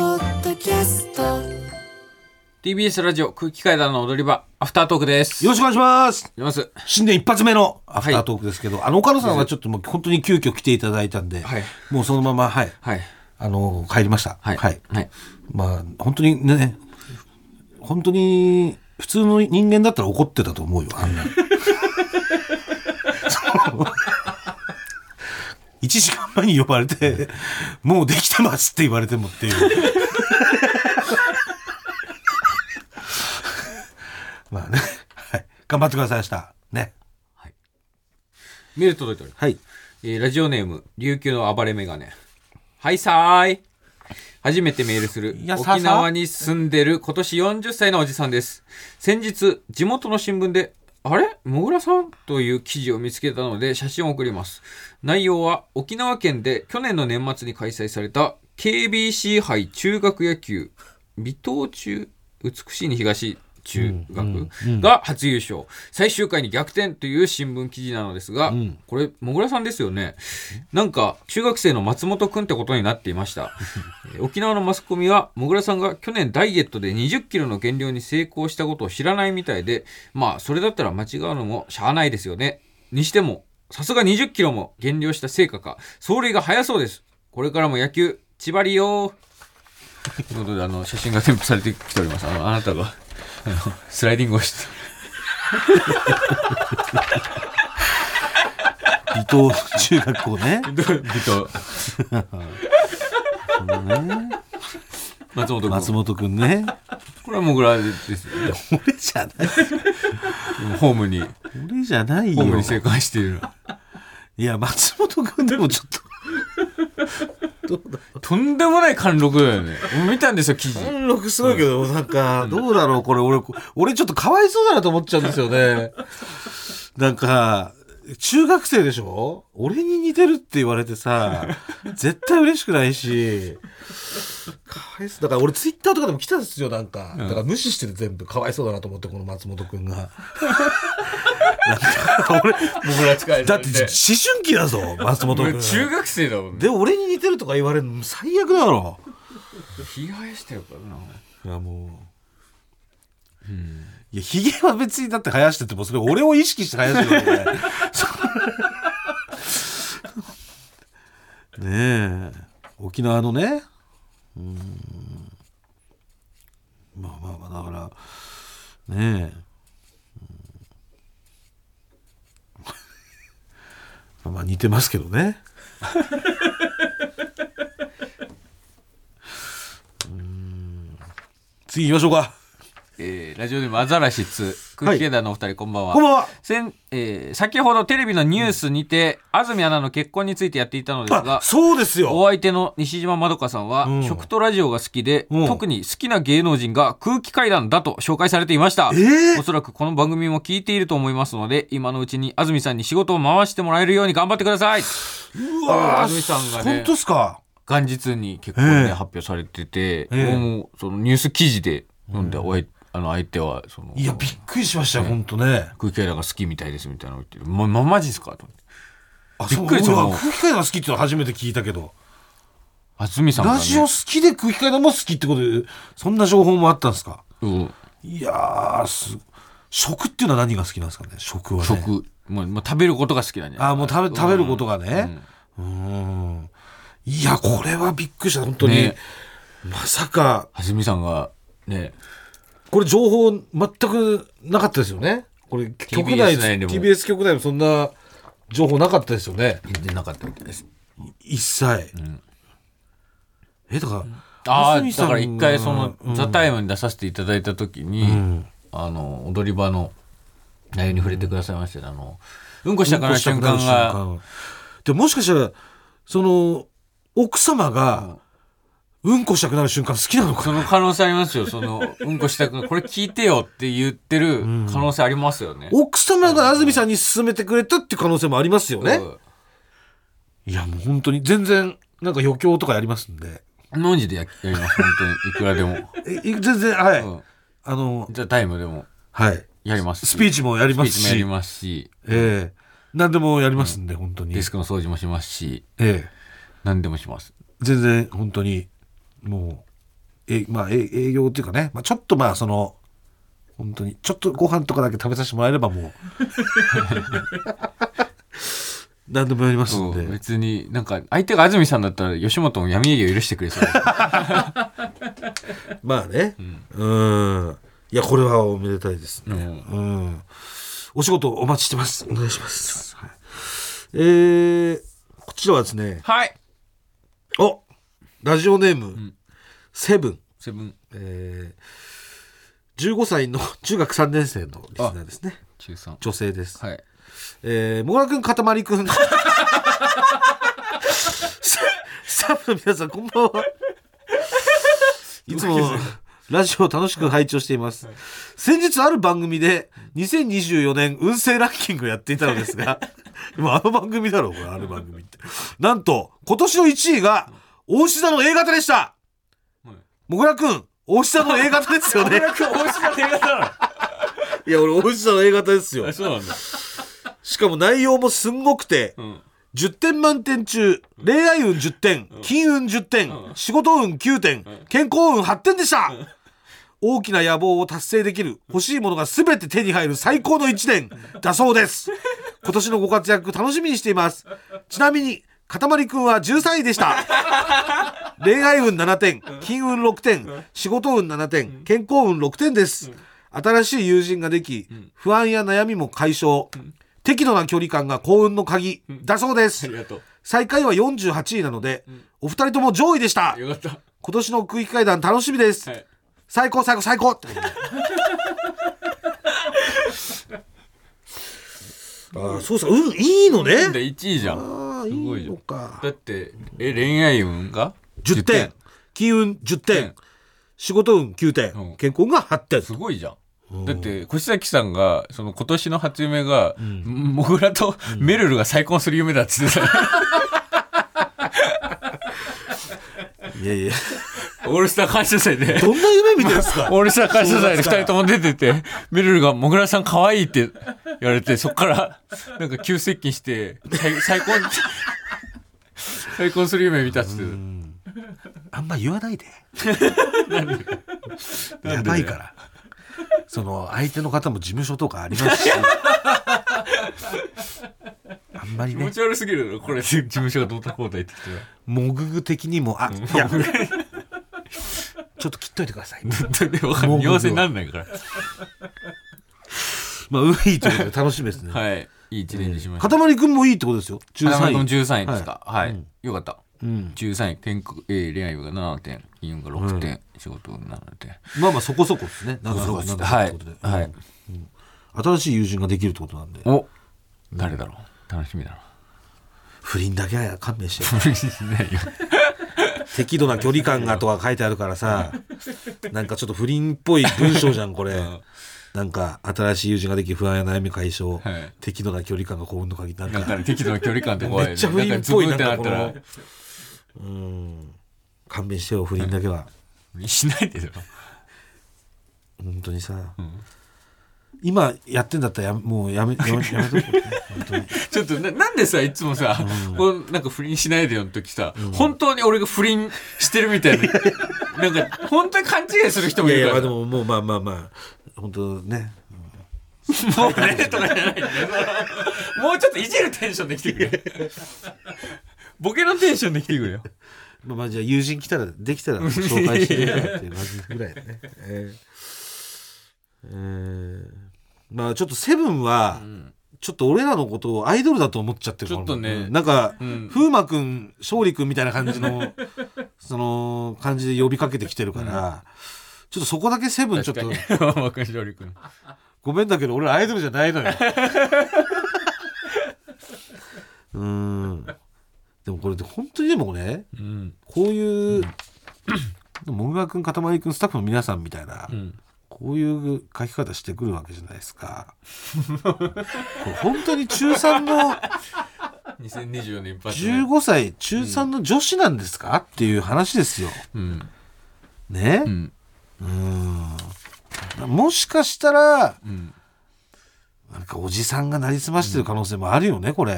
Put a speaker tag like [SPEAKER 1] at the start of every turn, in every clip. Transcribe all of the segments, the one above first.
[SPEAKER 1] キャスト
[SPEAKER 2] TBS ラジオ空気階段の踊り場アフタートークです。
[SPEAKER 3] よろしくお願いします。
[SPEAKER 2] お願いします。
[SPEAKER 3] 新年一発目のアフタートークですけど、あの岡野さんはちょっともう本当に急遽来ていただいたんで、
[SPEAKER 2] はい
[SPEAKER 3] もうそのまま、はい、
[SPEAKER 2] はい。
[SPEAKER 3] あの、帰りました。
[SPEAKER 2] はい。はい。
[SPEAKER 3] まあ、本当にね、本当に普通の人間だったら怒ってたと思うよ、あんな。1時間前に呼ばれて、もうできてますって言われてもっていう。まあね、はい。頑張ってください、明日。ね。
[SPEAKER 2] メール届いております。
[SPEAKER 3] はい。
[SPEAKER 2] えーラジオネーム、琉球の暴れメガネ。はいさーい。初めてメールする
[SPEAKER 3] いやさあ
[SPEAKER 2] 沖縄に住んでる今年40歳のおじさんです。先日、地元の新聞で、あれもぐらさんという記事を見つけたので写真を送ります。内容は沖縄県で去年の年末に開催された KBC 杯中学野球、美東中、美しいに東中学が初優勝、最終回に逆転という新聞記事なのですが、これ、もぐらさんですよね。なんか、中学生の松本くんってことになっていました。えー沖縄のマスコミは、もぐらさんが去年ダイエットで20キロの減量に成功したことを知らないみたいで、まあ、それだったら間違うのもしゃあないですよね。にしても、さすが20キロも減量した成果か、走塁が早そうです。これからも野球、千張りよー。ということで、あの、写真が添付されてきております。あの、あなたが、あの、スライディングをして、
[SPEAKER 3] 離島中学校ね。
[SPEAKER 2] ビト、 松本君。
[SPEAKER 3] 松本くんね。
[SPEAKER 2] これはもぐらですよ。
[SPEAKER 3] 俺じゃない。
[SPEAKER 2] ホームに、
[SPEAKER 3] 俺じゃない
[SPEAKER 2] ホーム
[SPEAKER 3] よ
[SPEAKER 2] に。生還している。
[SPEAKER 3] いや、松本くんでもちょっと。
[SPEAKER 2] とんでもない貫禄だよね。見たんですよ、記事。
[SPEAKER 3] 貫禄すごいけど、なんか、 どうだろう、これ、俺、俺ちょっとかわいそうだなと思っちゃうんですよ ね。なんか、中学生でしょ俺に似てるって言われてさ、絶対嬉しくないし、かわいそう。だから俺ツイッターとかでも来たんですよ、なんか。だから無視してる全部、かわいそうだなと思って、この松本く んが。なんか、俺、
[SPEAKER 2] 僕ら使え
[SPEAKER 3] だって思春期だぞ、松本くん。
[SPEAKER 2] 中学生だもんね。
[SPEAKER 3] で、俺に似てるとか言われるの最悪だろ。
[SPEAKER 2] ひがやしてるからな。
[SPEAKER 3] いやもう、いやひげは別にだって生やしててもそれ俺を意識して生やしてるわけねそう ねえ沖縄のねうんまあまあまあだからねえ うんまあ似てますけどね次行きましょうか
[SPEAKER 2] えーラジオでもアザラシ2、空気階段のお二人、こんばんは。
[SPEAKER 3] こんばんは
[SPEAKER 2] 先えー先ほどテレビのニュースにて、安住アナの結婚についてやっていたのです
[SPEAKER 3] あ
[SPEAKER 2] が、
[SPEAKER 3] そうですよ
[SPEAKER 2] お相手の西島まどかさんは、
[SPEAKER 3] ん
[SPEAKER 2] 食とラジオが好きで、
[SPEAKER 3] うん
[SPEAKER 2] 特に好きな芸能人が空気階段だと紹介されていました、
[SPEAKER 3] え ー
[SPEAKER 2] おそらくこの番組も聞いていると思いますので今のうちに安住さんに仕事を回してもらえるように頑張ってくださいう
[SPEAKER 3] わー
[SPEAKER 2] 安住さんがね
[SPEAKER 3] 本当ですか
[SPEAKER 2] 元日に結婚で
[SPEAKER 3] ええ
[SPEAKER 2] 発表されてて、
[SPEAKER 3] ええ
[SPEAKER 2] もうそのニュース記事で読んで、おいあの相手はその
[SPEAKER 3] いやびっくりしましたよ本当ね
[SPEAKER 2] 空気階段が好きみたいですみたいなのを言ってるま、ま、マジですかと思って
[SPEAKER 3] あ
[SPEAKER 2] びっくりした
[SPEAKER 3] そう
[SPEAKER 2] も
[SPEAKER 3] 俺
[SPEAKER 2] う
[SPEAKER 3] は空気階段好きっていうのは初めて聞いたけど
[SPEAKER 2] 安住さんが、ね、
[SPEAKER 3] ラジオ好きで空気階段も好きってことでそんな情報もあったんですか
[SPEAKER 2] うん
[SPEAKER 3] いやーす食っていうのは何が好きなんですかね食はね
[SPEAKER 2] 食、まあまあ、食べることが好きなんじゃない
[SPEAKER 3] あーもう食べ食べることがねうんんいやこれはびっくりした本当に、
[SPEAKER 2] ね
[SPEAKER 3] まさか
[SPEAKER 2] 安住さんがね
[SPEAKER 3] これ情報全くなかったですよねこれ局内
[SPEAKER 2] TBS 内でも
[SPEAKER 3] TBS 局内でもそんな情報なかったですよね
[SPEAKER 2] 全然なかったみたいです
[SPEAKER 3] 一切、えだから
[SPEAKER 2] ああ
[SPEAKER 3] 安住さ
[SPEAKER 2] だ
[SPEAKER 3] ん
[SPEAKER 2] か
[SPEAKER 3] が
[SPEAKER 2] ら一回その「ザタイムに出させていただいた時に、あの踊り場の内容に触れてくださいまして、あのうんこしたくなる瞬間が
[SPEAKER 3] うんこしたくなる瞬間でもしかしたらその奥様がうんこしたくなる瞬間好きなのか
[SPEAKER 2] その可能性ありますよそのうんこしたくなるこれ聞いてよって言ってる可能性ありますよね、
[SPEAKER 3] 奥様が安住さんに勧めてくれたって可能性もありますよね、
[SPEAKER 2] う
[SPEAKER 3] いやもう本当に全然なんか余興とかやりますんで
[SPEAKER 2] ん飲んじでややります本当にいくらでも、
[SPEAKER 3] えい全然はい、
[SPEAKER 2] うん
[SPEAKER 3] あの
[SPEAKER 2] ザタイムでも
[SPEAKER 3] はい
[SPEAKER 2] やりますし
[SPEAKER 3] スピーチもやります
[SPEAKER 2] スピーチもやり
[SPEAKER 3] し
[SPEAKER 2] ますし
[SPEAKER 3] ええ何でもやりますんで、本当に
[SPEAKER 2] デスクの掃除もしますし
[SPEAKER 3] ええ
[SPEAKER 2] 何でもします
[SPEAKER 3] 全然本当にもうえまあ、え営業っていうかね、まあ、ちょっとまあその本当にちょっとご飯とかだけ食べさせてもらえればもう 何でもやりますん
[SPEAKER 2] そう
[SPEAKER 3] で
[SPEAKER 2] 別になんか相手が安住さんだったら吉本も闇営業許してくれそう
[SPEAKER 3] まあね
[SPEAKER 2] ん
[SPEAKER 3] うんいやこれはおめでたいですね
[SPEAKER 2] うん
[SPEAKER 3] うんお仕事お待ちしてますお願いします、はいえー、こちらはですね
[SPEAKER 2] はい
[SPEAKER 3] おラジオネーム、
[SPEAKER 2] ん
[SPEAKER 3] セブン
[SPEAKER 2] セブン
[SPEAKER 3] えー、15歳の中学3年生のリスナーですね
[SPEAKER 2] 中三
[SPEAKER 3] 女性です、
[SPEAKER 2] はい
[SPEAKER 3] えー、もぐらくんかたまりくん ススタッフの皆さんこんばんはいつもラジオを楽しく拝聴しています、先日ある番組で2024年運勢ランキングをやっていたのですが 今あの番組だろうこれあの番組ってなんと今年の1位が大志田の A 型でした
[SPEAKER 2] はい
[SPEAKER 3] もぐらくん大志田の A 型ですよねいや俺大志田の A 型ですよ
[SPEAKER 2] そうなんだ
[SPEAKER 3] しかも内容もすんごくて、
[SPEAKER 2] うん
[SPEAKER 3] 10点満点中、恋愛運10点、金運10点、仕事運9点、健康運8点でした、大きな野望を達成できる、欲しいものが全て手に入る最高の1年だそうです。今年のご活躍楽しみにしています。ちなみに、かたまりくんは13位でした。恋愛運7点、金運6点、仕事運7点、健康運6点です。新しい友人ができ、不安や悩みも解消。適度な距離感が幸運の鍵だそうです。
[SPEAKER 2] りがと
[SPEAKER 3] 最下位は48位なので、お二人とも上位でした。
[SPEAKER 2] よかった
[SPEAKER 3] 今年の空気階段楽しみです。
[SPEAKER 2] はい
[SPEAKER 3] 最高最高最 高ああそうさうんいいのね
[SPEAKER 2] で1位じゃん
[SPEAKER 3] ああい
[SPEAKER 2] すごい
[SPEAKER 3] い
[SPEAKER 2] じゃ
[SPEAKER 3] の
[SPEAKER 2] ん
[SPEAKER 3] か
[SPEAKER 2] だってえ恋愛運が
[SPEAKER 3] 10点金運10点仕事運9点、
[SPEAKER 2] うん
[SPEAKER 3] 健康運が8点
[SPEAKER 2] すごいじゃんだって越崎さんがその今年の初夢が、モグラとメルルが再婚する夢だっつってた、
[SPEAKER 3] いやいや
[SPEAKER 2] オールスター感謝祭で
[SPEAKER 3] どんな夢見てるんですか
[SPEAKER 2] オールスター感謝祭で2人とも出てて、メルルが、もぐらさん可愛いって言われて、そっから、なんか急接近して、再再婚、 再婚する夢見たっつって
[SPEAKER 3] あんま言わないで
[SPEAKER 2] た。な
[SPEAKER 3] や
[SPEAKER 2] んで
[SPEAKER 3] ばいからその相手の方も事務所とかありますしあんまり
[SPEAKER 2] 気持
[SPEAKER 3] ね
[SPEAKER 2] ち悪すぎるだろ、これ、事務所がどうたこうた言ってきて。
[SPEAKER 3] もぐぐ的にもあいやちょっと切っといてください
[SPEAKER 2] 本当にわかんない。
[SPEAKER 3] もう
[SPEAKER 2] 陽性になんないから。
[SPEAKER 3] まあ、いいということで楽しみですね。
[SPEAKER 2] はい。いい一年にしまし
[SPEAKER 3] か
[SPEAKER 2] た。
[SPEAKER 3] たまりくんもいいってことですよ。
[SPEAKER 2] 中
[SPEAKER 3] 13位。
[SPEAKER 2] 13位ですか。はい。よかった。
[SPEAKER 3] うん。
[SPEAKER 2] 13位、健康、えー恋愛部が7点、金運が6点、仕事が7点。
[SPEAKER 3] まあまあ、そこそこですね。なんか
[SPEAKER 2] そうです
[SPEAKER 3] なん
[SPEAKER 2] ね。
[SPEAKER 3] か
[SPEAKER 2] はい
[SPEAKER 3] というこ。とで
[SPEAKER 2] はい。
[SPEAKER 3] 新しい友人ができるってことなんで。
[SPEAKER 2] お誰だろう楽しみだ な。
[SPEAKER 3] 不倫だけは勘弁してよ。
[SPEAKER 2] ないよ。
[SPEAKER 3] 適度な距離感がとか書いてあるからさ、なんかちょっと不倫っぽい文章じゃん、これ。なんか、新しい友人ができ不安や悩み解消。
[SPEAKER 2] はい
[SPEAKER 3] 適度な距離感が幸運の鍵。なん
[SPEAKER 2] なん
[SPEAKER 3] か、
[SPEAKER 2] かね適度な距離感って怖い、ね。
[SPEAKER 3] めっちゃ不倫っぽい
[SPEAKER 2] なんか
[SPEAKER 3] な
[SPEAKER 2] ズ
[SPEAKER 3] ん
[SPEAKER 2] ブって
[SPEAKER 3] か
[SPEAKER 2] なっ
[SPEAKER 3] こうん。勘弁してよ、不倫だけは。
[SPEAKER 2] たら。しないでよ。
[SPEAKER 3] 本当にさ、今やってんだったらやもうやめやめやめとこ う本当に
[SPEAKER 2] ちょっとな、なんでさ、いつもさ、このなんか不倫しないでよの時さ、本当に俺が不倫してるみ たいな。なんか、本当に勘違いする人も
[SPEAKER 3] い
[SPEAKER 2] い
[SPEAKER 3] やい
[SPEAKER 2] る
[SPEAKER 3] やま
[SPEAKER 2] か
[SPEAKER 3] あ
[SPEAKER 2] ら。
[SPEAKER 3] で
[SPEAKER 2] も
[SPEAKER 3] ももうまあまあまあ本当ね
[SPEAKER 2] うね、とかじゃないんだよ。もうちょっといじるテンションで来てくれ。ボケのテンションで来てくれよ。
[SPEAKER 3] まあまあじゃあ友人来たらできたら紹介してくれたらっていう感じぐらい だねえーえーまあちょっとセブンは、ちょっと俺らのことをアイドルだと思っちゃってるかも
[SPEAKER 2] ちょっとね
[SPEAKER 3] なんか、
[SPEAKER 2] ん
[SPEAKER 3] 風磨くん勝利くんみたいな感 じのその感じで呼びかけてきてるから、ちょっとそこだけセブンちょっと
[SPEAKER 2] 確かに。若いり君。
[SPEAKER 3] ごめんだけど俺らアイドルじゃないのよ。うーん。でもこれで本当にでもね、
[SPEAKER 2] うん。
[SPEAKER 3] こういう、もぐらくん、かたまりくん、スタッフの皆さんみたいな、
[SPEAKER 2] うん。
[SPEAKER 3] こういう書き方してくるわけじゃないですか。これ本当に中3の
[SPEAKER 2] 2024年一発目。
[SPEAKER 3] 15歳、中3の女子なんですかっていう話ですよ。
[SPEAKER 2] うん。
[SPEAKER 3] ね
[SPEAKER 2] う。ん。
[SPEAKER 3] うーん。もしかしたら、
[SPEAKER 2] うん。
[SPEAKER 3] なんかおじさんがなりすましてる可能性もあるよね、これ。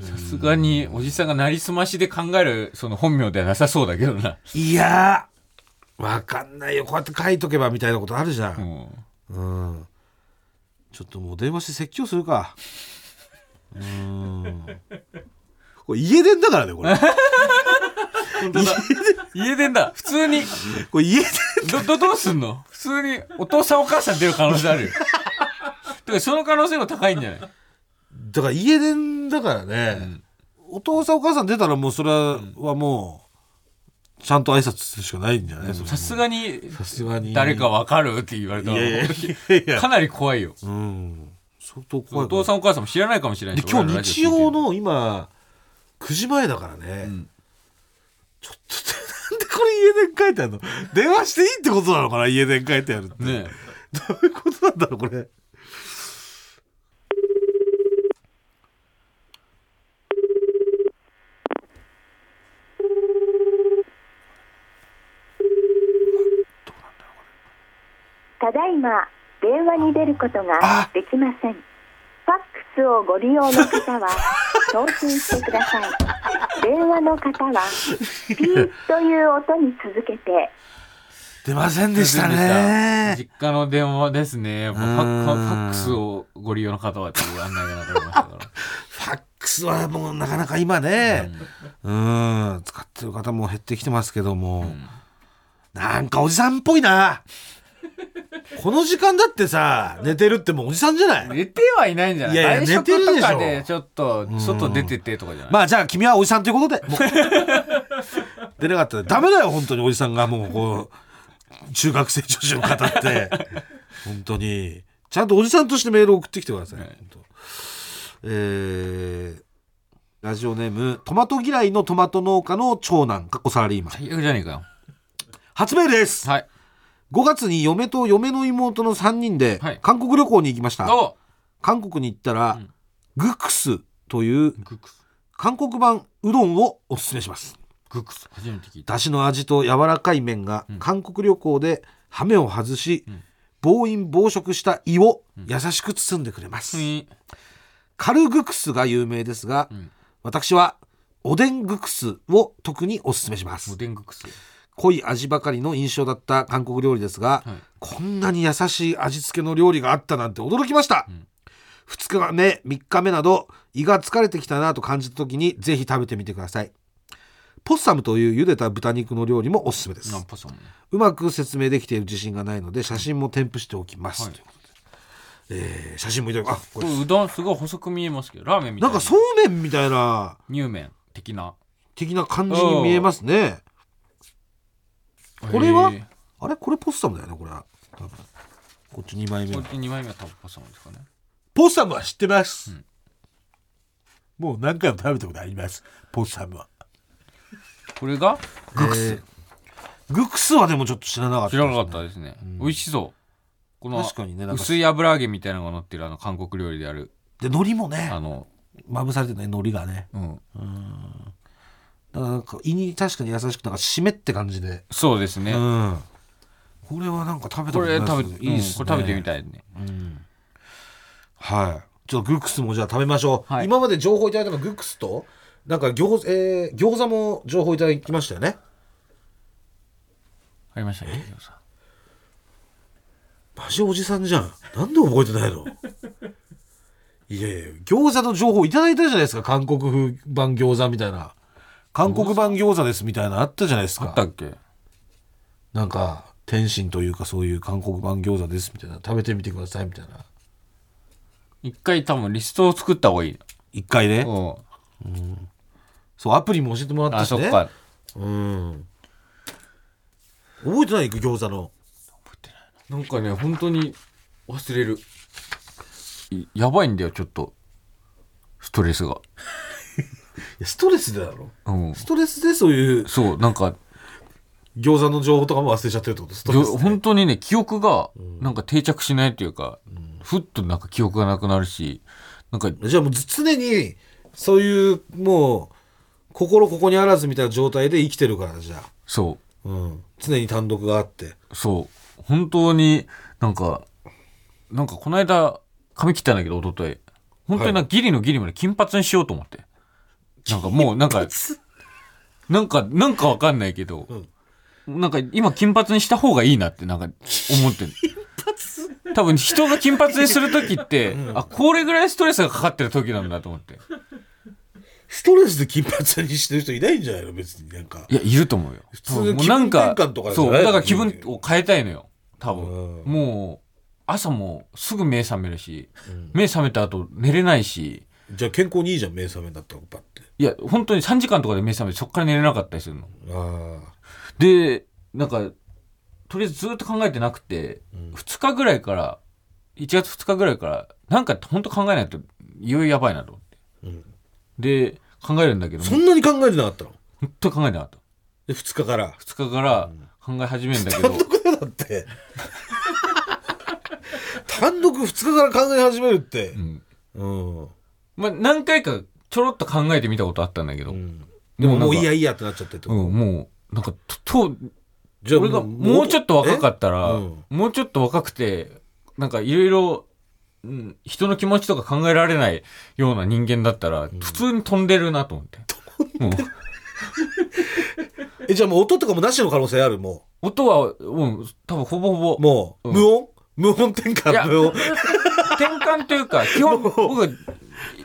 [SPEAKER 2] さすがにおじさんがなりすましで考えるその本名ではなさそうだけどな、
[SPEAKER 3] いやー、わかんないよ。こうやって書いとけばみたいなことあるじゃ。
[SPEAKER 2] うんん、
[SPEAKER 3] うん。ちょっともう電話して説教するか。うん。これ家電だからね、これ。
[SPEAKER 2] 本当だ家電だ普通に
[SPEAKER 3] これ家電。
[SPEAKER 2] どどどうすんの普通にお父さんお母さん出る可能性 あるよてかその可能性も高いんじゃない
[SPEAKER 3] だから家電だからね、お父さんお母さん出たらもうそれはもうちゃんと挨拶するしかないんじゃない、
[SPEAKER 2] さすがに
[SPEAKER 3] さすがに
[SPEAKER 2] 誰かわかるって言われ
[SPEAKER 3] い
[SPEAKER 2] た
[SPEAKER 3] や
[SPEAKER 2] ら
[SPEAKER 3] いやいやいや
[SPEAKER 2] かなり怖いよ
[SPEAKER 3] うん相当怖い
[SPEAKER 2] お父さんお母さんも知らないかもしれない
[SPEAKER 3] で
[SPEAKER 2] し
[SPEAKER 3] 今
[SPEAKER 2] 俺らラ
[SPEAKER 3] 日
[SPEAKER 2] ジオ聞い
[SPEAKER 3] 日
[SPEAKER 2] てる
[SPEAKER 3] 曜の今9時前だからね、
[SPEAKER 2] ん
[SPEAKER 3] ちょっとなんでこれ家電書いてあるの電話していいってことなのかな家電書いてあるって、
[SPEAKER 2] ね
[SPEAKER 3] どういうことなんだろうこれ
[SPEAKER 1] ただいま電話に出ること
[SPEAKER 3] あ
[SPEAKER 1] ができませんファックスをご利用の方は送信してください電話の方はピーという音に続けて
[SPEAKER 3] 出ませんでした
[SPEAKER 2] え
[SPEAKER 3] ね
[SPEAKER 2] 実家の電話ですねもうファ
[SPEAKER 3] う
[SPEAKER 2] ッ
[SPEAKER 3] ん
[SPEAKER 2] ファファックスをご利用の方はっていう案内がなかりましたから
[SPEAKER 3] ファックスはもうなかなか今ね、うん、使ってる方も減ってきてますけども、なんかおじさんっぽいな。この時間だってさ、寝てるってもうおじさんじゃない
[SPEAKER 2] 寝てはいないんじゃない
[SPEAKER 3] いやいや
[SPEAKER 2] 外食
[SPEAKER 3] 寝てるでし
[SPEAKER 2] と
[SPEAKER 3] ょ
[SPEAKER 2] かでちょっと外出ててとかじゃない、
[SPEAKER 3] まあじゃあ君はおじさんということで。もう出なかったらダメだよ、本当におじさんがもうこう、中学生女子を語って。本当に。ちゃんとおじさんとしてメールを送ってきてください。
[SPEAKER 2] はい
[SPEAKER 3] 本当えーラジオネーム、トマト嫌いのトマト農家の長男、過去サラリーマン。
[SPEAKER 2] 最悪じゃねえかよ
[SPEAKER 3] 初メールです。
[SPEAKER 2] はい
[SPEAKER 3] 5月に嫁と嫁の妹の3人で
[SPEAKER 2] はい
[SPEAKER 3] 韓国旅行に行きました。
[SPEAKER 2] ど
[SPEAKER 3] 韓国に行ったら、
[SPEAKER 2] うん
[SPEAKER 3] グクスという
[SPEAKER 2] うグクス
[SPEAKER 3] 韓国版うどんをおすすめします。
[SPEAKER 2] グクス初めて聞いた
[SPEAKER 3] だしの味と柔らかい麺が
[SPEAKER 2] うん
[SPEAKER 3] 韓国旅行でハメを外し、
[SPEAKER 2] うん
[SPEAKER 3] 暴飲暴食した胃を
[SPEAKER 2] ん
[SPEAKER 3] 優しく包んでくれます。
[SPEAKER 2] に
[SPEAKER 3] カルグクスが有名ですが、
[SPEAKER 2] うん
[SPEAKER 3] 私はおでんグクスを特におすすめしま
[SPEAKER 2] お
[SPEAKER 3] す。
[SPEAKER 2] でんグクス
[SPEAKER 3] 濃い味ばかりの印象だった韓国料理ですが、
[SPEAKER 2] はい
[SPEAKER 3] こんなに優しい味付けの料理があったなんて驚きました、
[SPEAKER 2] ん
[SPEAKER 3] 2日目3日目など胃が疲れてきたなと感じた時にぜひ食べてみてくださいポッサムという茹でた豚肉の料理もおすすめです、
[SPEAKER 2] ナンパソンね
[SPEAKER 3] うまく説明できている自信がないので写真も添付しておきます、
[SPEAKER 2] はい
[SPEAKER 3] ということで、えー写真もいただきあこ
[SPEAKER 2] こ
[SPEAKER 3] れ
[SPEAKER 2] れうどんすごい細く見えますけどラーメンみた
[SPEAKER 3] ないん
[SPEAKER 2] な
[SPEAKER 3] かそうめんみたいな
[SPEAKER 2] 乳麺的な
[SPEAKER 3] 的な感じに見えますねこれは
[SPEAKER 2] えー
[SPEAKER 3] あれこれポッサムだよねこれは多分こっち2枚目
[SPEAKER 2] これって2枚目はタッパソンですかね
[SPEAKER 3] ポッサムは知ってます、
[SPEAKER 2] ん
[SPEAKER 4] もう何回も食べたことあります。ポッサムは。
[SPEAKER 2] これが
[SPEAKER 3] グクス、グクスはでもちょっと知らなかった
[SPEAKER 2] 知らなかったですね、美味しそうこの
[SPEAKER 3] 確かにねなんか
[SPEAKER 2] 薄い油揚げみたいなのが乗ってるあの韓国料理であ る
[SPEAKER 3] で海苔もね
[SPEAKER 2] あの
[SPEAKER 3] まぶされてない海苔がね
[SPEAKER 2] うん
[SPEAKER 3] だからなんか胃に確かに優しくなんか湿って感じで
[SPEAKER 2] そうですね、
[SPEAKER 3] うんこれはなんか食べた
[SPEAKER 2] こ
[SPEAKER 3] ことな
[SPEAKER 2] れ
[SPEAKER 3] いです
[SPEAKER 2] 食
[SPEAKER 3] けど
[SPEAKER 2] べてい
[SPEAKER 3] い
[SPEAKER 2] い
[SPEAKER 3] い
[SPEAKER 2] っ
[SPEAKER 3] っ
[SPEAKER 2] す、
[SPEAKER 3] す
[SPEAKER 2] ねこ
[SPEAKER 3] ね
[SPEAKER 2] れ食べてみたいね
[SPEAKER 3] はいちょっとグクスもじゃあ食べましょう、
[SPEAKER 2] はい
[SPEAKER 3] 今まで情報いただいたのはグクスとなんか餃子、えー餃子も情報いただきましたよね
[SPEAKER 2] ありましたね餃子
[SPEAKER 3] マジおじさんじゃんなんで覚えてないのいやいや餃子の情報いただいたじゃないですか韓国風版餃子みたいな韓国版餃子ですみたいなのあったじゃないです
[SPEAKER 2] あ
[SPEAKER 3] か
[SPEAKER 2] ったっけ
[SPEAKER 3] なんか天津というかそういう韓国版餃子ですみたいな食べてみてくださいみたいな
[SPEAKER 2] 一回多分リストを作った方がいい
[SPEAKER 3] 一回ね
[SPEAKER 2] うん
[SPEAKER 3] そうアプリも教えてもらっ
[SPEAKER 2] あ
[SPEAKER 3] たし
[SPEAKER 2] そ
[SPEAKER 3] ね
[SPEAKER 2] っか
[SPEAKER 3] うん覚えてない餃子の
[SPEAKER 2] なんかね本当に忘れるいやばいんだよちょっとストレスが
[SPEAKER 3] いやストレスでだろ
[SPEAKER 2] うん
[SPEAKER 3] ストレスでそういう
[SPEAKER 2] そうなんか
[SPEAKER 3] 餃子の情報とかも忘れちゃってるってことスト
[SPEAKER 2] ぎ
[SPEAKER 3] レ
[SPEAKER 2] ょ
[SPEAKER 3] スで
[SPEAKER 2] 本当にね記憶がなんか定着しないというか、ふっとなんか記憶がなくなるしなんか
[SPEAKER 3] じゃあもう常にそういうもう心ここにあらずみたいな状態で生きてるからじゃあ、
[SPEAKER 2] そ
[SPEAKER 3] うん、常に単独があって
[SPEAKER 2] うそう本当になんかなんかこの間髪切ったんだけど一昨日本当になんかギリのギリまで金髪にしようと思って、なんかもうなんか、 なんか、なんかわかんないけど、なんか今金髪にした方がいいなってなんか思ってる。多分人が金髪にする時って、あ、これぐらいストレスがかかってる時なんだと思って。
[SPEAKER 3] ストレスで金髪にしてる人いないんじゃないの別になんか
[SPEAKER 2] いや、いると思うよ。普
[SPEAKER 3] 通の気分転換とかじゃ
[SPEAKER 2] そう、
[SPEAKER 3] ない
[SPEAKER 2] だから気分を変えたいのよ。多
[SPEAKER 3] う
[SPEAKER 2] 分。
[SPEAKER 3] ん
[SPEAKER 2] もう、朝もすぐ目覚めるし、目覚めた後寝れないし、
[SPEAKER 3] じゃあ健康にいいじゃん目覚めだったらパって
[SPEAKER 2] いや、本当に3時間とかで目覚めて、そっから寝れなかったりするの。
[SPEAKER 3] あ
[SPEAKER 2] で、なんか、とりあえずずっと考えてなくて、2日ぐらいから、1月2日ぐらいから、なんか本当考えないと、いよいよやばいなと思って。
[SPEAKER 3] うん
[SPEAKER 2] で、考えるんだけど、
[SPEAKER 3] そんなに考えてなかったの
[SPEAKER 2] 本当に考えてなかった。
[SPEAKER 3] で2日から
[SPEAKER 2] 2日から考え始めるんだけど、
[SPEAKER 3] 単独でだって単独2日から考え始めるって
[SPEAKER 2] うん
[SPEAKER 3] うん、
[SPEAKER 2] まあ、何回かちょろっと考えてみたことあったんだけど、
[SPEAKER 3] うん
[SPEAKER 2] で
[SPEAKER 3] で
[SPEAKER 2] も
[SPEAKER 3] も
[SPEAKER 2] なんか
[SPEAKER 3] もういいやいいやってなっちゃってって
[SPEAKER 2] う
[SPEAKER 3] こと
[SPEAKER 2] ん、もう、なんか、と、と
[SPEAKER 3] じゃあ
[SPEAKER 2] 俺がもうちょっと若かったら、
[SPEAKER 3] えうん
[SPEAKER 2] もうちょっと若くて、なんかいろいろ、うん人の気持ちとか考えられないような人間だったら、普通に飛んでるなと思って。うん
[SPEAKER 3] えじゃあもう音とかもなしの可能性あるも
[SPEAKER 2] 音は、うん、多分ほぼほ
[SPEAKER 3] う
[SPEAKER 2] ぼ、
[SPEAKER 3] もう、
[SPEAKER 2] うん
[SPEAKER 3] 無音無音転
[SPEAKER 2] いや
[SPEAKER 3] 換無音
[SPEAKER 2] 転換という か、基本、僕、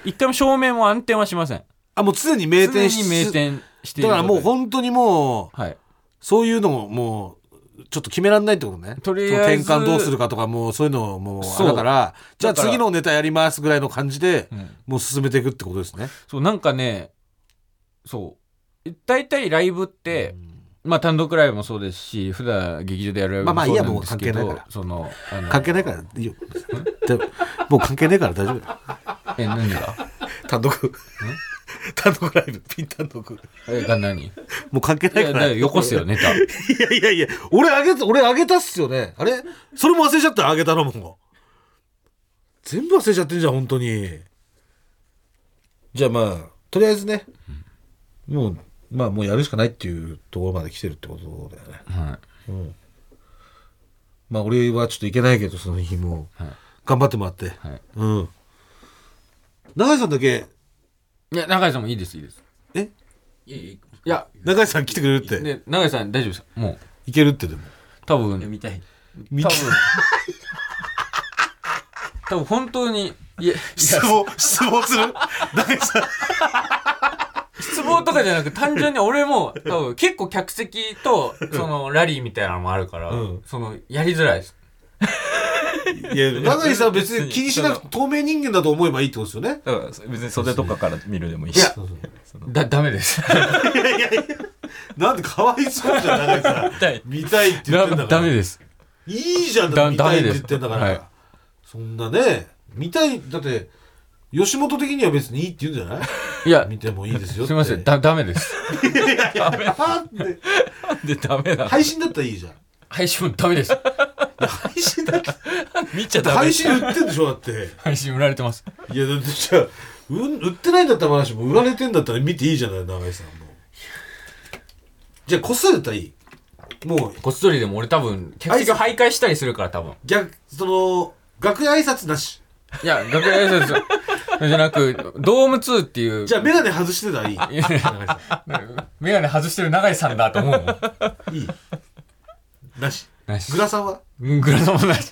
[SPEAKER 2] 一回も照明も暗転はしません。
[SPEAKER 3] あもう常に名
[SPEAKER 2] 常
[SPEAKER 3] 店
[SPEAKER 2] に明転してい
[SPEAKER 3] だ
[SPEAKER 2] る
[SPEAKER 3] からもう
[SPEAKER 2] 状態
[SPEAKER 3] 本当にもう
[SPEAKER 2] はい。
[SPEAKER 3] そういうのももうちょっと決めらんないってことね
[SPEAKER 2] とりあえず
[SPEAKER 3] その転換どうするかとかもうそういうのもうあ
[SPEAKER 2] そう
[SPEAKER 3] れだからじゃあ
[SPEAKER 2] だから
[SPEAKER 3] 次のネタやりますぐらいの感じで、
[SPEAKER 2] うん
[SPEAKER 3] もう進めていくってことですね
[SPEAKER 2] そう、なんかね、そう。大体ライブって、まあ単独ライブもそうですし、普段劇場でやるライブ
[SPEAKER 3] まあま
[SPEAKER 2] も
[SPEAKER 3] あ
[SPEAKER 2] そう
[SPEAKER 3] いいや
[SPEAKER 2] なんですけど、
[SPEAKER 3] もう関係ないから
[SPEAKER 2] その、あの
[SPEAKER 3] 関係ないからいいよでももう関係ないから大丈夫だよ
[SPEAKER 2] え、何が
[SPEAKER 3] 単独単独ライブピン単独
[SPEAKER 2] え、が何い
[SPEAKER 3] もう 関係ない
[SPEAKER 2] や、
[SPEAKER 3] か
[SPEAKER 2] だかららよこすよ、ネタ。
[SPEAKER 3] いやいやいや、俺あげた、俺あげたっすよね。あれそれも忘れちゃった、あげたのも。全部忘れちゃってんじゃん、本当に。じゃあまあ、とりあえずね、もう、まあもうやるしかないっていうところまで来てるってことだよね。
[SPEAKER 2] は
[SPEAKER 3] まあ俺はちょっといけないけど、その日も
[SPEAKER 2] はい、
[SPEAKER 3] 頑張ってもらって。
[SPEAKER 2] い。はい。
[SPEAKER 3] うん。永井さんだけ、
[SPEAKER 2] いや、永井さんもいいです、いいです。
[SPEAKER 3] え
[SPEAKER 2] いやいや、
[SPEAKER 3] 永井さん来てくれるって。
[SPEAKER 2] ね、永井さん大丈夫です。もう、
[SPEAKER 3] いけるってでも。
[SPEAKER 2] 多
[SPEAKER 5] いや
[SPEAKER 2] 分、
[SPEAKER 5] 見たい
[SPEAKER 2] 多分、多分本当に、いや、
[SPEAKER 3] 失望、失望する永井さん。
[SPEAKER 2] 失望とかじゃなく単純に俺も多分結構客席とそのラリーみたいなのもあるから、
[SPEAKER 3] うん
[SPEAKER 2] そのやりづらいです
[SPEAKER 3] いや、永井さんは別に気にしなく透明人間だと思えばいいってことですよね。
[SPEAKER 5] だから別に袖とかから見るでもいいし
[SPEAKER 2] いやだダメです
[SPEAKER 3] なんでかわいそうじゃん、永井さん。
[SPEAKER 2] だ
[SPEAKER 3] 見たいって言ってんだか ら。
[SPEAKER 2] ダメです
[SPEAKER 3] いいじゃん、
[SPEAKER 2] だ
[SPEAKER 3] 見たい
[SPEAKER 2] ダメ
[SPEAKER 3] って
[SPEAKER 2] で
[SPEAKER 3] 言
[SPEAKER 2] す
[SPEAKER 3] ってんだから。
[SPEAKER 2] はい
[SPEAKER 3] そんなね、見たい、だって、吉本的には別にいいって言うんじゃない
[SPEAKER 2] いや
[SPEAKER 3] 見てもいいですよって。
[SPEAKER 2] すいませんだダメです
[SPEAKER 3] あーって
[SPEAKER 5] でダメだ
[SPEAKER 3] 配信だったらいいじゃん。
[SPEAKER 2] 配信もダメ です
[SPEAKER 3] 配信だった
[SPEAKER 5] 見ちゃ
[SPEAKER 3] ら
[SPEAKER 5] ダメ
[SPEAKER 3] 配信売ってんでしょ、だって。
[SPEAKER 2] 配信売られてます
[SPEAKER 3] いや、だってじゃあ、うん売ってないんだったら話も売られてんだったら見ていいじゃない、永井さんも。じゃあ、こっそりだったらいい。もう、
[SPEAKER 2] こっそりでも俺多分客席を徘徊したりするから多分
[SPEAKER 3] 逆、その、楽屋挨拶なし。
[SPEAKER 2] いや楽屋挨拶じゃなくドーム2っていう
[SPEAKER 3] じゃあ、メガネ外してたらいい。
[SPEAKER 2] いや メガネ外してる永井さんだと思うもん
[SPEAKER 3] いい。なし。
[SPEAKER 2] ナイス
[SPEAKER 3] グラさんは
[SPEAKER 2] うんグラサンも ないし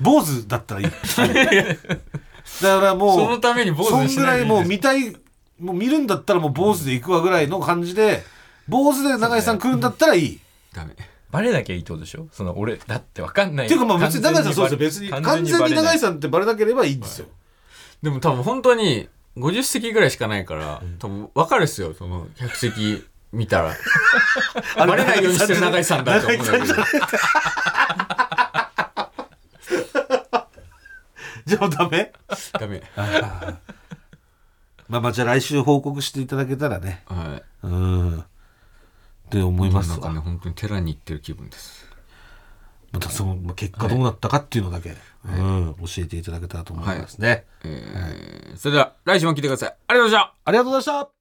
[SPEAKER 3] 坊主だったらいい。だからもう、
[SPEAKER 2] そのために坊主にし
[SPEAKER 3] そんぐ
[SPEAKER 2] な
[SPEAKER 3] ら
[SPEAKER 2] いで
[SPEAKER 3] いもう見たい、もう見るんだったらもう坊主で行くわぐらいの感じで、坊主で永井さん来るんだったらいい。
[SPEAKER 2] ダメ
[SPEAKER 5] バレなきゃいいってことでしょその俺だってわかんない
[SPEAKER 3] っていうかまあ別に永井さんそうですよ。別に。完全に永井
[SPEAKER 5] さん
[SPEAKER 3] さんってバレなければいいんですよ。
[SPEAKER 2] でも多分本当に50席ぐらいしかないから、多分分かるっすよ、その100席見た ら。バレないようにしてる永井さんだと思うんだけど。
[SPEAKER 3] じゃあダメ
[SPEAKER 2] ダメ。
[SPEAKER 3] まあまあじゃあ来週報告していただけたらね。
[SPEAKER 2] はい。
[SPEAKER 3] うん。って思います
[SPEAKER 2] なんかね、
[SPEAKER 3] わ。
[SPEAKER 2] 本当に寺に行ってる気分です。
[SPEAKER 3] またそのまあ結果どうなったかっていうのだけ、うん、教えていただけたらと思いますね。
[SPEAKER 2] えーそれでは来週も聞いてください。ありがとうございました
[SPEAKER 3] ありがとうございました